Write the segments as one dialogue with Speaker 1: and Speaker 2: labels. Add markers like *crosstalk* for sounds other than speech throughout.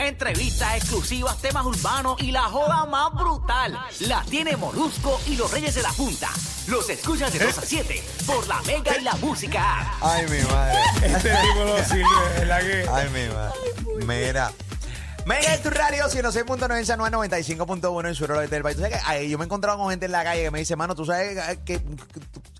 Speaker 1: Entrevistas exclusivas, temas urbanos y la joda más brutal. Las tiene Molusco y los Reyes de la Punta. Los escuchas de 2 a 7 por la Mega y la Música. App.
Speaker 2: Ay, mi madre.
Speaker 3: Este tipo no sirve, es la que.
Speaker 2: Ay, mi madre. Mira. Mega en tu radio, si no sé, punto en San Juan, 95.1 en suelo del del país. Tú sabes que ay, yo me he encontrado con gente en la calle que me dice, mano, tú sabes que, que- que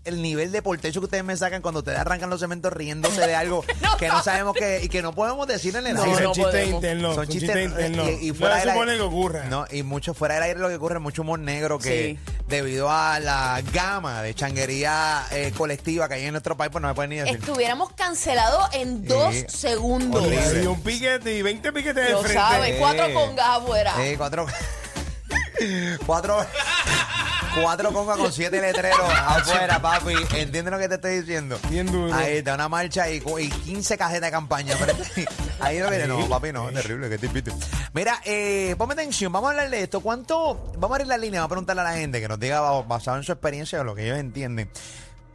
Speaker 2: el nivel de portecho que ustedes me sacan cuando ustedes arrancan los cementos riéndose de algo que *laughs* no sabemos que y que no podemos decir en el
Speaker 3: Sí,
Speaker 2: aire.
Speaker 3: son
Speaker 4: no
Speaker 3: chistes
Speaker 4: podemos.
Speaker 3: internos. Son chistes internos.
Speaker 2: eh, Y, y
Speaker 3: no
Speaker 2: fuera
Speaker 3: se
Speaker 2: del
Speaker 3: supone
Speaker 2: aire-
Speaker 3: que ocurra.
Speaker 2: No, y mucho fuera del aire lo que ocurre, mucho humor negro que debido a la gama de changuería eh, colectiva que hay en nuestro país, pues no me pueden ni decir.
Speaker 4: Estuviéramos cancelados en dos
Speaker 2: Sí.
Speaker 4: segundos.
Speaker 2: Horrible.
Speaker 3: Y un piquete y 20 piquetes de
Speaker 4: Lo
Speaker 3: frente.
Speaker 4: sabes, cuatro
Speaker 2: Eh.
Speaker 4: congas afuera.
Speaker 2: Sí, cuatro. *laughs* cuatro. Cuatro congas con siete
Speaker 3: *laughs*
Speaker 2: letreros afuera, papi. Entiende lo que te estoy diciendo.
Speaker 3: Bien duro.
Speaker 2: Ahí está una marcha y, cu- y 15 cajetas de campaña. Pero *laughs* ahí es lo que No, papi, no, terrible, que te invito. Mira, eh, ponme atención, vamos a hablar de esto. ¿Cuánto? Vamos a abrir la línea, vamos a preguntarle a la gente que nos diga ba- basado en su experiencia o lo que ellos entienden.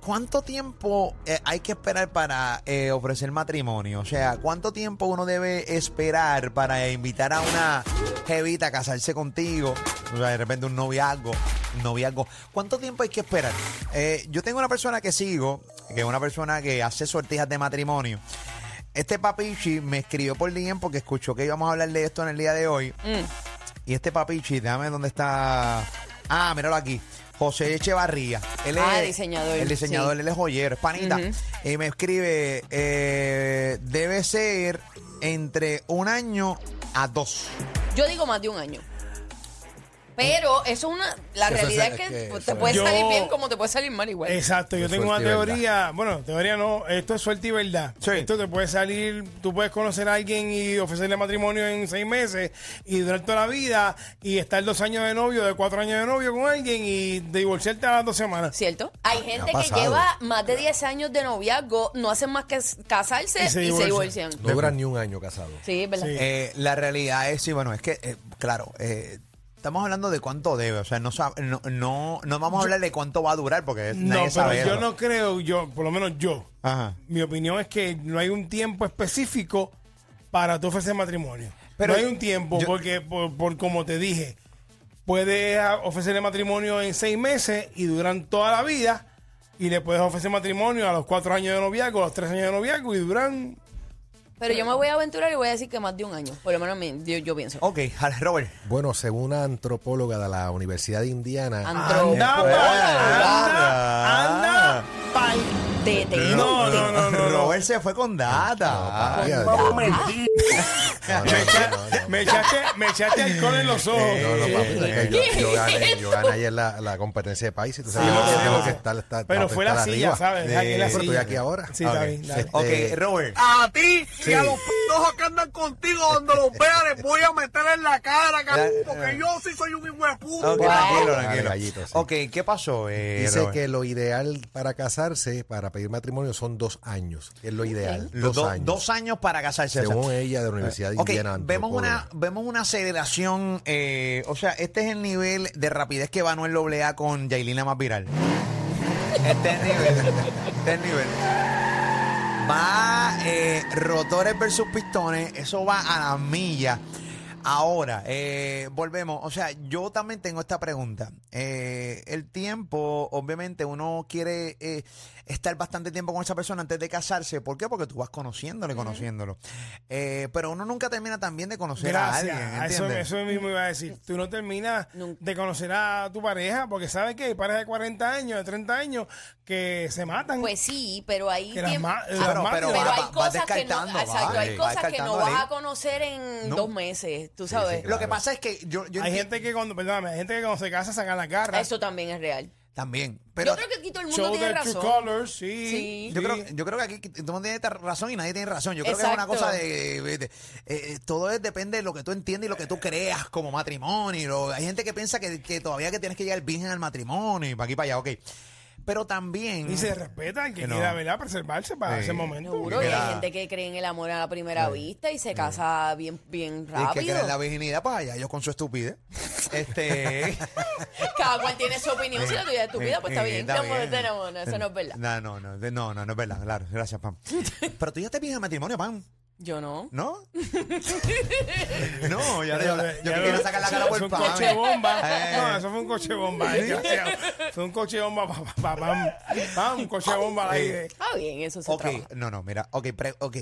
Speaker 2: ¿Cuánto tiempo eh, hay que esperar para eh, ofrecer matrimonio? O sea, ¿cuánto tiempo uno debe esperar para invitar a una jevita a casarse contigo? O sea, de repente un noviazgo, un noviazgo. ¿Cuánto tiempo hay que esperar? Eh, yo tengo una persona que sigo, que es una persona que hace sortijas de matrimonio. Este papichi me escribió por DM porque escuchó que íbamos a hablar de esto en el día de hoy. Y este papichi, déjame dónde está. Ah, míralo aquí. José Echevarría. Él
Speaker 4: Ah,
Speaker 2: es
Speaker 4: diseñador,
Speaker 2: El diseñador,
Speaker 4: sí.
Speaker 2: él es joyero, es panita. Y me escribe: eh, debe ser entre un año a dos.
Speaker 4: Yo digo más de un año. Pero eso es una. La
Speaker 5: Sí, eso
Speaker 4: realidad
Speaker 5: es-
Speaker 4: es que,
Speaker 5: es que
Speaker 4: te
Speaker 5: eso
Speaker 4: puede
Speaker 3: es-
Speaker 4: salir
Speaker 3: Yo-
Speaker 4: bien como te puede salir mal igual.
Speaker 3: Exacto, yo
Speaker 5: Es
Speaker 3: tengo una
Speaker 5: suerte y verdad.
Speaker 3: teoría, bueno, teoría no, esto es suerte y verdad.
Speaker 2: Sí.
Speaker 3: Esto te puede salir, tú puedes conocer a alguien y ofrecerle matrimonio en seis meses y durar toda la vida y estar dos años de novio, de cuatro años de novio con alguien y divorciarte a las dos semanas.
Speaker 4: ¿Cierto? Hay gente que
Speaker 5: pasado.
Speaker 4: lleva más de 10 años de noviazgo, no hacen más que s- casarse
Speaker 3: Y
Speaker 4: y
Speaker 3: se
Speaker 4: se,
Speaker 3: divorcian.
Speaker 4: divorcian.
Speaker 5: No duran ni un año casado.
Speaker 4: Sí, es ¿verdad?
Speaker 3: Sí.
Speaker 2: Eh, la realidad es, sí, bueno, es que, eh, claro, eh, estamos hablando de cuánto debe. O sea, no, sab- no, no, no vamos a hablar de cuánto va a durar porque
Speaker 3: No,
Speaker 2: nadie
Speaker 3: pero
Speaker 2: sabe.
Speaker 3: yo
Speaker 2: eso.
Speaker 3: no creo, yo, por lo menos yo,
Speaker 2: Ajá.
Speaker 3: mi opinión es que no hay un tiempo específico para tú ofrecer matrimonio.
Speaker 2: Pero
Speaker 3: no hay un tiempo,
Speaker 2: yo-
Speaker 3: porque, por, por como te dije, puedes ah, ofrecerle matrimonio en seis meses y duran toda la vida, y le puedes ofrecer matrimonio a los cuatro años de noviazgo, a los tres años de noviazgo, y duran.
Speaker 4: Pero yo me voy a aventurar y voy a decir que más de un año. Por lo menos mi- yo, yo pienso.
Speaker 2: Ok, Robert.
Speaker 5: Bueno, según una antropóloga de la Universidad de
Speaker 3: Ah,
Speaker 5: Indiana,
Speaker 4: Antro-
Speaker 3: ¡Anda, pa- anda, anda, pa'l-
Speaker 4: de- de-
Speaker 3: No, no, no, no. no.
Speaker 2: Robert se fue con data.
Speaker 5: Ah, ya, no, no,
Speaker 3: Me, echa-
Speaker 5: no, no,
Speaker 3: *laughs*
Speaker 5: no.
Speaker 3: me echaste, me echaste alcohol en los ojos.
Speaker 5: No, no, papi,
Speaker 3: Eh,
Speaker 5: yo, yo gané, yo gané ayer la, la competencia de país y tú sabes
Speaker 3: Sí,
Speaker 5: que
Speaker 3: lo sé,
Speaker 5: tengo
Speaker 3: lo
Speaker 5: que
Speaker 3: sé.
Speaker 5: estar, estar-
Speaker 3: Pero
Speaker 5: para
Speaker 3: fue la
Speaker 5: estar
Speaker 3: silla,
Speaker 5: arriba.
Speaker 3: ¿sabes?
Speaker 5: Sí,
Speaker 3: Aquí la
Speaker 5: pero estoy
Speaker 3: silla.
Speaker 5: aquí ahora.
Speaker 3: Sí,
Speaker 5: Ah,
Speaker 3: está
Speaker 5: ok.
Speaker 3: bien, está bien.
Speaker 2: Ok,
Speaker 5: Este,
Speaker 2: Robert.
Speaker 6: a ti
Speaker 5: Sí.
Speaker 6: y a los pendejos que andan contigo donde los vean les voy a meter en la cara, cabrón, porque yo sí soy un hijo de puta.
Speaker 2: Ok, tranquilo,
Speaker 5: Ah,
Speaker 2: tranquilo.
Speaker 5: gallito, sí.
Speaker 2: Ok, ¿qué pasó? eh,
Speaker 5: Dice
Speaker 2: Robert?
Speaker 5: que lo ideal para casarse, para pedir matrimonio, son dos años. que Es lo ideal.
Speaker 2: Los
Speaker 5: Dos,
Speaker 2: do-
Speaker 5: años.
Speaker 2: dos años para casarse. o sea,
Speaker 5: Según ella, de la Universidad de
Speaker 2: Ok,
Speaker 5: Indiana.
Speaker 2: vemos una,
Speaker 5: antropóloga.
Speaker 2: vemos una aceleración, eh, o sea, este es el nivel de rapidez que va Noel Doblea con Yailina más viral. Este es el nivel, este es el nivel. Va eh, rotores versus pistones, eso va a la milla. Ahora, eh, volvemos. O sea, yo también tengo esta pregunta. Eh, el tiempo, obviamente, uno quiere eh, estar bastante tiempo con esa persona antes de casarse. ¿Por qué? Porque tú vas conociéndolo y conociéndolo. Eh, pero uno nunca termina también de conocer
Speaker 3: Gracias.
Speaker 2: a alguien.
Speaker 3: a eso,
Speaker 2: ¿entiendes?
Speaker 3: eso mismo iba a decir. Tú no terminas
Speaker 4: Nunca.
Speaker 3: de conocer a tu pareja porque sabes que hay parejas de 40 años, de 30 años que se matan.
Speaker 4: Pues sí, pero ahí...
Speaker 3: Que las
Speaker 4: tiem-
Speaker 3: ma-
Speaker 4: Ah,
Speaker 3: las
Speaker 2: pero-
Speaker 3: matan.
Speaker 4: pero
Speaker 2: va-
Speaker 4: hay
Speaker 2: va- vas
Speaker 4: cosas que no,
Speaker 2: descartando,
Speaker 4: exacto,
Speaker 2: va,
Speaker 4: hay
Speaker 2: eh,
Speaker 4: cosas
Speaker 2: vas
Speaker 4: que no
Speaker 2: descartando
Speaker 4: vas
Speaker 2: ahí.
Speaker 4: a conocer en
Speaker 2: No.
Speaker 4: dos meses, tú sabes.
Speaker 5: sí,
Speaker 2: Lo que
Speaker 5: Claro.
Speaker 2: pasa es que yo, yo
Speaker 3: hay
Speaker 2: enti-
Speaker 3: gente que cuando, perdóname, hay gente que cuando se casa sacan la garra.
Speaker 4: Eso también es real.
Speaker 2: también. Pero
Speaker 4: Yo creo que aquí todo el mundo
Speaker 3: Show
Speaker 4: tiene
Speaker 3: the true
Speaker 4: razón.
Speaker 3: colors, sí.
Speaker 4: Sí.
Speaker 2: Yo creo, yo creo que aquí todo el mundo tiene esta razón y nadie tiene razón. Yo creo que es una
Speaker 4: Exacto.
Speaker 2: cosa de, de- de- eh, eh, todo es, depende de lo que tú entiendes y lo que tú creas como matrimonio. y lo- hay gente que piensa que, que todavía que tienes que llegar virgen al matrimonio y para aquí para allá, ok. Pero también
Speaker 3: Y se respeta el que
Speaker 2: Que no.
Speaker 3: quiera, ¿verdad? Preservarse para
Speaker 2: Sí.
Speaker 3: ese momento.
Speaker 4: Seguro, y
Speaker 2: Mira.
Speaker 4: hay gente que cree en el amor a la primera vista y se casa bien, bien
Speaker 2: y que
Speaker 4: rápido.
Speaker 2: creen la virginidad para allá, ellos con su estupidez. este
Speaker 4: *laughs* Cada cual tiene su opinión. Si la tuya es estúpida, pues está
Speaker 2: Sí,
Speaker 4: bien. Te amo, te amo. No, Eso no es verdad.
Speaker 2: No, no, no, de- no, no, no es verdad, claro. Gracias,
Speaker 4: *laughs*
Speaker 2: Pam. Pero tú ya te pides el matrimonio, Pam,
Speaker 4: Yo no.
Speaker 3: *laughs*
Speaker 2: ¿no? no, ya,
Speaker 3: Pero,
Speaker 2: yo,
Speaker 3: eh,
Speaker 2: yo
Speaker 3: ya
Speaker 2: que quiero
Speaker 3: lo-
Speaker 2: sacar la cara por
Speaker 3: Es un
Speaker 2: Pam.
Speaker 3: coche bomba.
Speaker 2: *laughs* Eh.
Speaker 3: No, eso fue un coche bomba. desgraciado. Fue un coche bomba. Pa, pa, pa, pam. Pam, un coche bomba al aire.
Speaker 4: Está bien, eso se
Speaker 2: Ok,
Speaker 4: trabaja.
Speaker 2: no, no, mira, ok, pre- ok.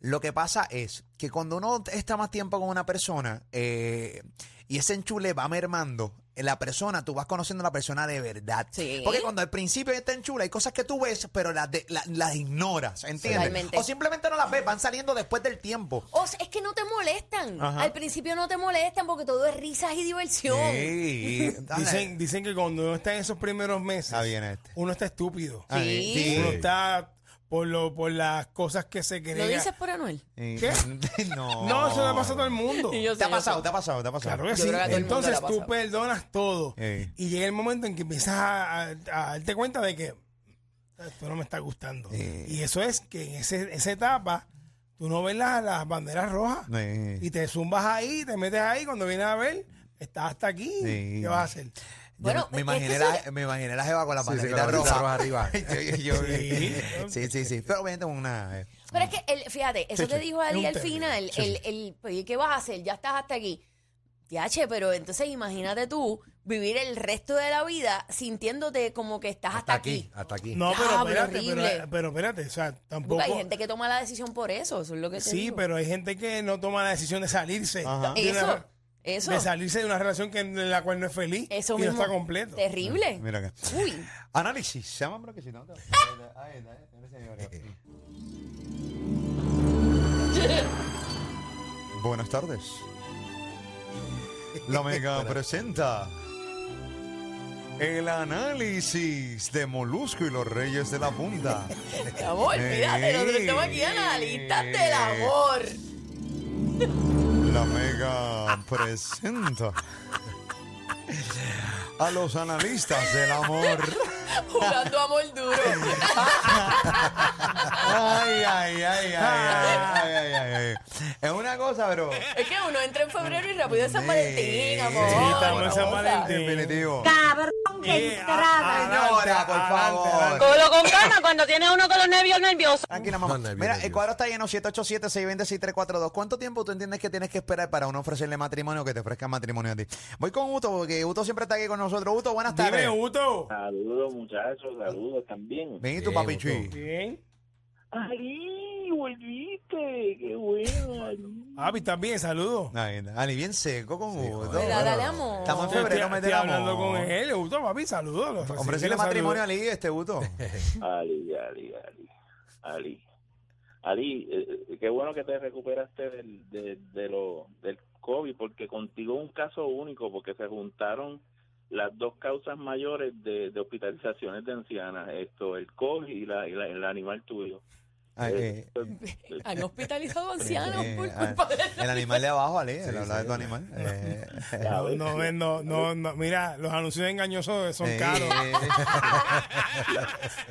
Speaker 2: Lo que pasa es que cuando uno está más tiempo con una persona eh, y ese enchule va mermando, eh, la persona, tú vas conociendo a la persona de verdad.
Speaker 4: Sí.
Speaker 2: Porque cuando al principio está enchule, hay cosas que tú ves, pero las, de- la- las ignoras, ¿entiendes?
Speaker 4: Totalmente.
Speaker 2: O simplemente no las ves, van saliendo después del tiempo.
Speaker 4: O sea, es que no te molestan.
Speaker 2: Ajá.
Speaker 4: Al principio no te molestan porque todo es risas y diversión.
Speaker 2: Sí,
Speaker 3: Dicen, dicen que cuando uno está en esos primeros meses,
Speaker 2: Ah, viene este.
Speaker 3: uno está estúpido.
Speaker 2: Ah,
Speaker 4: Sí.
Speaker 2: sí.
Speaker 3: Uno está por, lo, por las cosas que se creen.
Speaker 4: ¿Lo dices por Anuel?
Speaker 3: ¿Qué?
Speaker 2: *laughs* No.
Speaker 3: No, eso le pasa a todo el mundo.
Speaker 4: Y yo
Speaker 2: Te ha
Speaker 4: sé, yo
Speaker 2: pasado,
Speaker 4: sé.
Speaker 2: te ha pasado, te ha pasado.
Speaker 3: Claro que
Speaker 4: Yo
Speaker 3: sí.
Speaker 4: creo que a todo el mundo le
Speaker 3: Entonces
Speaker 4: ha
Speaker 3: tú
Speaker 4: pasado.
Speaker 3: perdonas todo.
Speaker 2: Ey.
Speaker 3: Y llega el momento en que empiezas a, a- a darte cuenta de que "Ah, esto no me está gustando. Y eso es que en ese- esa etapa tú no ves las, las banderas rojas.
Speaker 2: Ey.
Speaker 3: Y te zumbas ahí, te metes ahí. Cuando vienes a ver, estás hasta aquí.
Speaker 2: Ey.
Speaker 3: ¿Qué vas a hacer?
Speaker 2: Yo
Speaker 4: Bueno,
Speaker 2: me, me
Speaker 4: es que
Speaker 2: imaginé
Speaker 4: eso
Speaker 2: la, me imaginé la jeva con la
Speaker 5: Sí, sí,
Speaker 2: banderita
Speaker 5: con la
Speaker 2: roja.
Speaker 5: banderita roja
Speaker 2: *laughs*
Speaker 5: arriba.
Speaker 2: Yo- yo-
Speaker 3: Sí.
Speaker 2: sí, sí, sí. Pero obviamente una... eh,
Speaker 4: Pero es que, el, fíjate, eso te dijo
Speaker 3: Es un
Speaker 4: Ali al
Speaker 3: tema.
Speaker 4: final. El, el, oye, ¿Qué vas a hacer? Ya estás hasta aquí. Tiache, pero entonces imagínate tú vivir el resto de la vida sintiéndote como que estás hasta, aquí.
Speaker 5: Hasta aquí.
Speaker 3: No, pero
Speaker 4: Diablo,
Speaker 3: espérate.
Speaker 4: horrible.
Speaker 3: Pero, pero espérate, o sea, tampoco.
Speaker 4: Porque hay gente que toma la decisión por eso. Eso es lo que te
Speaker 3: Sí,
Speaker 4: digo.
Speaker 3: pero hay gente que no toma la decisión de salirse. De una-
Speaker 4: Eso, eso.
Speaker 3: De salirse de una relación que, en la cual no es feliz y
Speaker 4: Eso
Speaker 3: no
Speaker 4: mismo.
Speaker 3: está completo.
Speaker 4: Terrible.
Speaker 2: *laughs* mira acá.
Speaker 4: Uy.
Speaker 2: Análisis. Se llama, pero que si no... te- Ahí está, ahí está, señores.
Speaker 4: *laughs*
Speaker 2: Buenas tardes. La Mega presenta el análisis de Molusco y los Reyes de la Punta.
Speaker 4: Mi amor, fíjate, nosotros estamos aquí analistas del amor.
Speaker 2: La Mega presenta a los analistas del amor.
Speaker 4: Jugando amor duro.
Speaker 2: Ay, ay, ay, ay, ay, ay, ay, ay. Es una cosa, bro.
Speaker 4: Es que uno entra en febrero y rápido es San Valentín, amor.
Speaker 3: Sí, estamos en San
Speaker 4: Cosa.
Speaker 3: Valentín.
Speaker 2: Definitivo.
Speaker 3: Eh, a- adelante,
Speaker 2: Señora, por
Speaker 3: adelante,
Speaker 2: favor.
Speaker 3: adelante.
Speaker 7: Cógelo con calma cuando tienes uno con los nervios nerviosos.
Speaker 2: Tranquila, mamá.
Speaker 5: No, nervioso,
Speaker 2: Mira, el
Speaker 5: nervioso.
Speaker 2: cuadro está lleno, 787-620-6342. ¿Cuánto tiempo tú entiendes que tienes que esperar para uno ofrecerle matrimonio o que te ofrezcan matrimonio a ti? Voy con Uto, porque Uto siempre está aquí con nosotros. Uto, buenas tardes.
Speaker 3: Dime, Uto.
Speaker 8: Saludos muchachos, saludos también.
Speaker 2: Ven y tu
Speaker 5: Sí,
Speaker 2: papi
Speaker 5: Uto.
Speaker 2: Chuy.
Speaker 3: Bien.
Speaker 8: ¡Ari, volviste! ¡Qué bueno! Ari.
Speaker 3: Papi, ¿estás bien? Saludos.
Speaker 2: Ay, Ali, bien seco con Uto.
Speaker 4: Mira, dale amor.
Speaker 2: Estamos en febrero, me
Speaker 3: estoy hablando
Speaker 2: amor.
Speaker 3: con él. Uto, papi, saludos. Los
Speaker 2: Hombre, si
Speaker 3: recién
Speaker 2: le
Speaker 3: los
Speaker 2: matrimonio a
Speaker 3: saludos.
Speaker 2: Ali, este Uto.
Speaker 8: Ali, Ali, Ali. Ali, Ali eh, qué bueno que te recuperaste del, de, de lo, del COVID, porque contigo un caso único, porque se juntaron las dos causas mayores de, de hospitalizaciones de ancianas, esto, el COVID y, la, y la- el animal tuyo.
Speaker 2: Ay, eh,
Speaker 4: Han hospitalizado ancianos
Speaker 2: eh,
Speaker 4: por
Speaker 2: ah,
Speaker 4: culpa de
Speaker 2: el animal de abajo, Ali, el hablar de tu animal. Eh,
Speaker 3: No, no, no, no, no, mira, los anuncios engañosos *laughs* son
Speaker 2: eh,
Speaker 3: caros.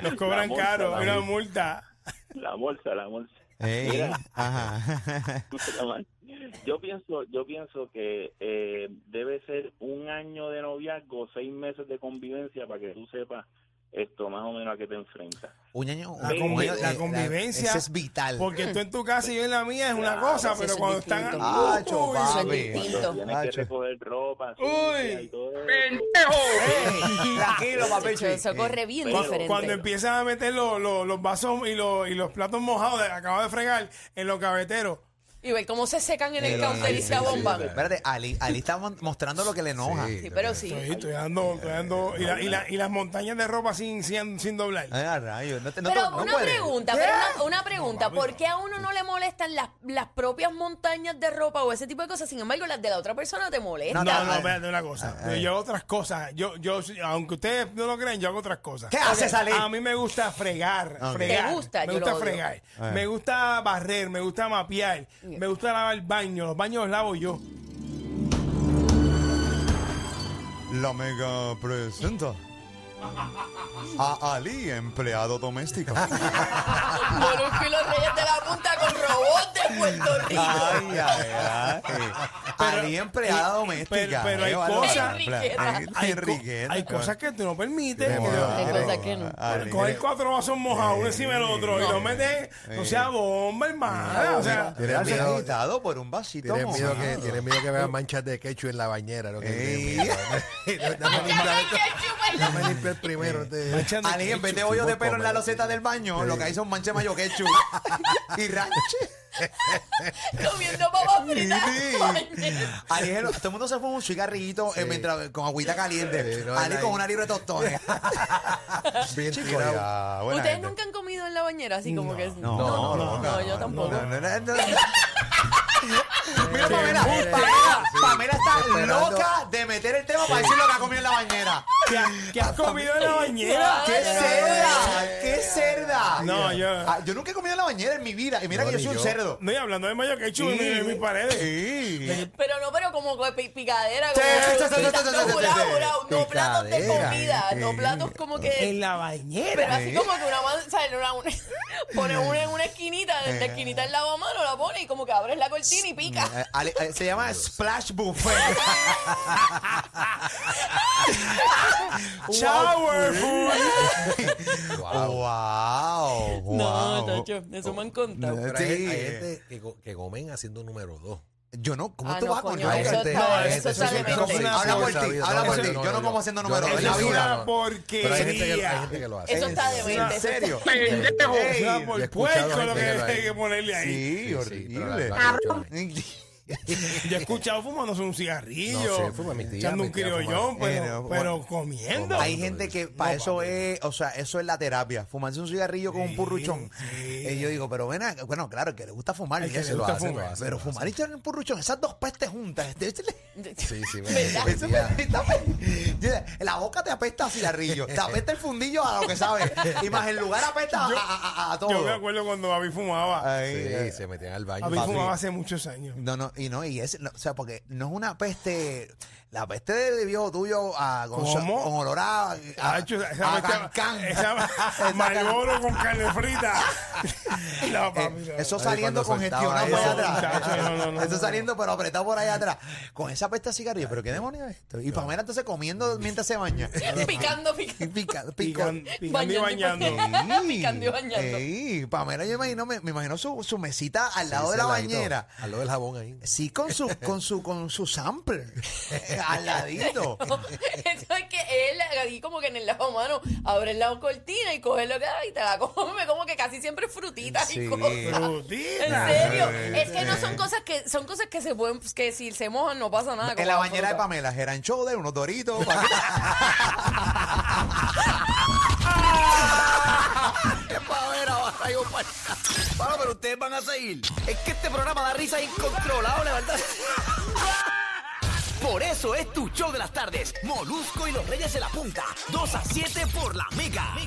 Speaker 3: Los
Speaker 8: La
Speaker 3: cobran
Speaker 8: multa,
Speaker 3: caro.
Speaker 8: la
Speaker 3: Una multa.
Speaker 8: La bolsa, la bolsa.
Speaker 2: eh,
Speaker 8: Mira.
Speaker 2: ajá. *laughs*
Speaker 8: *laughs* Escúchala mal. Yo pienso, yo pienso que eh, debe ser un año de noviazgo, seis meses de convivencia para que tú sepas esto más o menos a qué te enfrentas.
Speaker 2: Un año,
Speaker 3: La,
Speaker 2: un
Speaker 3: convi-
Speaker 2: año-
Speaker 3: la
Speaker 2: eh,
Speaker 3: convivencia.
Speaker 2: Ese es vital.
Speaker 3: Porque tú en tu casa y yo en la mía es una cosa,
Speaker 4: pues
Speaker 3: Ah, pero
Speaker 4: eso
Speaker 3: cuando
Speaker 4: es
Speaker 3: están.
Speaker 4: distinto.
Speaker 2: Ah,
Speaker 3: Uy,
Speaker 2: chupa.
Speaker 4: Eso es
Speaker 2: Papi.
Speaker 8: Cuando
Speaker 4: distinto.
Speaker 8: tienes que
Speaker 2: Nacho.
Speaker 8: recoger ropa,
Speaker 3: Uy.
Speaker 8: sucia y todo eso.
Speaker 2: Ey, *laughs* Tranquilo,
Speaker 4: Eso,
Speaker 2: papi.
Speaker 4: eso corre bien
Speaker 8: Pero-
Speaker 4: diferente.
Speaker 3: Cuando empiezan a meter los, los, los vasos y los, y los platos mojados, de, acabo de fregar, en los gaveteros.
Speaker 4: Y ver cómo se secan en el
Speaker 2: Pero,
Speaker 4: counter y
Speaker 2: Ali,
Speaker 4: se abomban.
Speaker 2: Ali, Espérate, Ali, Ali está mon- mostrando lo que le enoja.
Speaker 5: Sí.
Speaker 4: Sí, pero sí.
Speaker 3: Estoy, estoy dando, estoy dando- y, la- y la- y las montañas de ropa sin, sin, sin doblar.
Speaker 2: Ay, a rayos, no te- no te-
Speaker 4: Pero
Speaker 2: no
Speaker 4: una
Speaker 2: puedes.
Speaker 4: pregunta, pero una, una pregunta, ¿por qué a uno no le molestan las, las propias montañas de ropa o ese tipo de cosas? Sin embargo, las de la otra persona te molestan.
Speaker 3: No,
Speaker 2: no,
Speaker 3: no,
Speaker 2: no.
Speaker 3: espérate una cosa. yo hago otras cosas. Yo, yo, aunque ustedes no lo crean, yo hago otras cosas.
Speaker 2: ¿Qué haces, Ali?
Speaker 3: A mí me gusta fregar.
Speaker 2: Ok.
Speaker 3: fregar.
Speaker 4: ¿Te gusta?
Speaker 3: Me
Speaker 4: Yo
Speaker 3: gusta
Speaker 4: lo odio.
Speaker 3: fregar. Me gusta barrer, me gusta mapear, me gusta lavar el baño. Los baños los lavo yo.
Speaker 5: La mega presenta a Ali, empleado doméstico.
Speaker 4: Molusco y los Reyes de la Punta con robots de
Speaker 2: *laughs*
Speaker 4: Puerto
Speaker 2: *laughs*
Speaker 4: Rico.
Speaker 2: Ay, ay, ay. Ali, empleada doméstica.
Speaker 3: pero- pero hay
Speaker 2: Qué bárbaro.
Speaker 3: cosas-
Speaker 4: Enriqueta.
Speaker 2: Ay,
Speaker 3: Hay, co-
Speaker 2: Enriqueta.
Speaker 3: hay cosas que tú no permites.
Speaker 5: Qué
Speaker 3: que-
Speaker 5: mal.
Speaker 4: Hay
Speaker 5: Ay,
Speaker 4: cosas que no.
Speaker 5: Ali,
Speaker 3: Pero coger cuatro vasos mojados uno encima del otro y lo metes, no sea bomba, hermano. O sea,
Speaker 5: Tienes
Speaker 2: Pero se ha
Speaker 5: miedo-
Speaker 2: agitado por un vasito.
Speaker 5: Tienes miedo, que,
Speaker 2: mojado.
Speaker 5: tienes miedo que vean manchas de ketchup en la bañera. Lo que
Speaker 2: Ey.
Speaker 5: tienes
Speaker 2: *laughs*
Speaker 5: miedo. dame, limpiar, dame limpiar primero. este, te-
Speaker 3: manchas de
Speaker 2: Ali, en vez de
Speaker 3: ketchup.
Speaker 2: hoyo de pelo en la loseta del baño, lo que hay son manchas de mayo ketchup. y ranche. *laughs*
Speaker 4: Comiendo papas fritas.
Speaker 2: Ali, el- todo el mundo se fue un cigarrillito eh, mientras, con agüita caliente.
Speaker 5: Sí, no,
Speaker 2: Ali
Speaker 5: era
Speaker 2: con
Speaker 5: ahí.
Speaker 2: una libra de tostones.
Speaker 5: Bien
Speaker 2: Chico,
Speaker 5: tirado.
Speaker 2: ya, buena
Speaker 4: ¿Ustedes
Speaker 2: gente.
Speaker 4: nunca han comido en la bañera así como que
Speaker 2: No,
Speaker 4: no, no,
Speaker 2: loca,
Speaker 4: yo tampoco.
Speaker 2: *laughs* no, no, no, no. Mira, Pamela, Pamela, Pamela está
Speaker 5: Esperando.
Speaker 2: loca de meter el tema para decir lo que ha comido en la bañera.
Speaker 3: ¿Qué, qué has comido en la bañera?
Speaker 2: ¡Qué cerda! ¡Qué cerda!
Speaker 3: No, yo-
Speaker 2: Ah, yo nunca he comido en la bañera en mi vida. Y mira que yo
Speaker 5: ni
Speaker 2: soy un
Speaker 5: yo.
Speaker 2: cerdo.
Speaker 3: No, y hablando de mayo ketchup en, en mis paredes.
Speaker 2: Sí.
Speaker 4: Pero no, pero como co- pi- picadera, como
Speaker 2: Sí, sí, sí, sí,
Speaker 4: frita,
Speaker 2: sí,
Speaker 4: no,
Speaker 2: sí, sí,
Speaker 4: jurado,
Speaker 2: sí.
Speaker 4: jurado, no platos de
Speaker 5: Picadera,
Speaker 4: comida, no
Speaker 5: sí.
Speaker 4: platos como que
Speaker 3: En la
Speaker 4: Pero
Speaker 3: bañera.
Speaker 4: así como que una mano, ¿sabes? Una, una- *laughs* pones una en una esquinita, desde la esquinita el lavamano la pone y como que abres la cortina y pica.
Speaker 2: Eh, Ale- eh, se llama Splash Buffet.
Speaker 3: *laughs* Shower food.
Speaker 2: wow. wow.
Speaker 4: No, tacho, eso me han contado.
Speaker 5: Pero hay,
Speaker 2: Sí.
Speaker 5: hay gente que, go- que comen haciendo número dos.
Speaker 2: Yo no, ¿cómo
Speaker 4: Ah,
Speaker 2: tú
Speaker 4: no,
Speaker 2: vas
Speaker 4: coño,
Speaker 2: con
Speaker 5: Hay
Speaker 4: eso-
Speaker 5: gente-
Speaker 4: no,
Speaker 5: hay
Speaker 4: eso
Speaker 5: gente
Speaker 4: está
Speaker 5: que
Speaker 4: bien.
Speaker 5: come seis,
Speaker 2: Habla por
Speaker 5: ocho,
Speaker 2: ti,
Speaker 5: vida,
Speaker 2: habla
Speaker 5: no,
Speaker 2: por
Speaker 5: no,
Speaker 2: ti.
Speaker 5: no,
Speaker 2: Yo no como haciendo número dos,
Speaker 3: Eso
Speaker 5: Yo
Speaker 2: en la
Speaker 5: no,
Speaker 3: es
Speaker 5: no,
Speaker 2: vida.
Speaker 3: una
Speaker 5: no. Pero hay gente, que, hay
Speaker 3: porquería.
Speaker 5: gente que lo hace.
Speaker 4: Eso está de
Speaker 5: Sí,
Speaker 2: En
Speaker 4: mente.
Speaker 2: serio.
Speaker 6: ¡Pendejo!
Speaker 3: Es una
Speaker 5: Yo he
Speaker 3: por
Speaker 5: escuchado
Speaker 3: puerco lo
Speaker 5: gente
Speaker 3: que
Speaker 5: que lo
Speaker 3: hay
Speaker 5: hace.
Speaker 3: que ponerle ahí.
Speaker 2: Sí,
Speaker 5: sí, pero la-
Speaker 2: horrible.
Speaker 5: la- la-
Speaker 3: Yo he escuchado fumándose un
Speaker 5: No
Speaker 3: cigarrillo,
Speaker 5: sé, fuma mi tía,
Speaker 3: echando
Speaker 5: mi
Speaker 3: un
Speaker 5: tía
Speaker 3: criollón,
Speaker 2: fuma. Eh,
Speaker 3: pero,
Speaker 2: no,
Speaker 3: pero
Speaker 2: bueno.
Speaker 3: comiendo.
Speaker 2: Hay gente que para eso es, o sea, eso es la terapia, fumarse un cigarrillo con un purruchón. Y yo digo, pero ven, acá, bueno, claro, que le gusta fumar,
Speaker 3: Ay,
Speaker 2: ya
Speaker 3: que
Speaker 2: se
Speaker 3: le
Speaker 2: lo
Speaker 3: gusta
Speaker 2: hace,
Speaker 3: fumar.
Speaker 2: lo hace, pero fumar y tener un purruchón, esas dos pestes juntas, este, este le-
Speaker 3: *laughs*
Speaker 2: *laughs*
Speaker 5: Sí, sí, me-
Speaker 4: ¿Verdad?
Speaker 5: mi
Speaker 2: Eso me- *laughs*
Speaker 5: tía-
Speaker 2: está pe- Mira, La boca te apesta a cigarrillo,
Speaker 3: *laughs*
Speaker 2: te apesta el fundillo a lo que sabes, y más el lugar apesta a, a- a- a todo.
Speaker 3: Yo me acuerdo cuando Babi fumaba.
Speaker 2: Ay,
Speaker 5: Sí,
Speaker 2: eh,
Speaker 5: se metían al baño.
Speaker 3: Babi
Speaker 5: Papi.
Speaker 3: fumaba hace muchos años.
Speaker 2: No, no, y no, y es, no, o sea, porque no es una peste, la peste de viejo tuyo a, con,
Speaker 3: ¿Cómo?
Speaker 2: con olor a, a,
Speaker 3: Ah, hecho, esa
Speaker 2: a
Speaker 3: bestia-
Speaker 2: cancán.
Speaker 3: *laughs*
Speaker 2: *laughs*
Speaker 3: Esa Marlboro con carne frita. *laughs* No,
Speaker 2: Eh,
Speaker 3: papi, no.
Speaker 2: eso
Speaker 5: Ay,
Speaker 2: saliendo
Speaker 5: cuando
Speaker 2: congestionado
Speaker 5: soltaba
Speaker 2: por allá
Speaker 3: eso,
Speaker 2: atrás.
Speaker 3: muchacho, no, no, no,
Speaker 2: eso
Speaker 3: no.
Speaker 2: saliendo pero apretado por allá atrás. Con esa pesta de cigarrillo, pero qué demonios es esto. Y Pamela entonces comiendo mientras se
Speaker 3: *laughs*
Speaker 2: baña.
Speaker 4: Picando,
Speaker 2: Y
Speaker 4: picando. *laughs*
Speaker 2: pica, pico.
Speaker 3: Pican- Picando y bañando.
Speaker 4: Bañando y- Picando y bañando.
Speaker 2: Ey, Pamela, yo imagino, me, me imagino su, su mesita al lado
Speaker 5: Sí,
Speaker 2: de la
Speaker 5: ese ladito,
Speaker 2: bañera.
Speaker 5: Al lado del jabón ahí.
Speaker 2: Sí, con su, con su, con su sample. eh, al
Speaker 4: *laughs*
Speaker 2: ladito.
Speaker 4: Eso es que él ahí como que en el lavamano abre la cortina y coge lo que da y te la come, como que casi siempre frutitas y cosas. En
Speaker 3: Frutita.
Speaker 4: serio, es que no son cosas que son cosas que se pueden que si se mojan no pasa nada. como
Speaker 2: En la bañera de
Speaker 4: fruta.
Speaker 2: Pamela, Geran Choder, unos doritos. pa-
Speaker 1: Bueno, pero ustedes van a seguir. Es que este programa da risa incontrolable, ¿verdad? Por eso es tu show de las tardes. Molusco y los Reyes de la Punta. 2 a 7 por la Mega.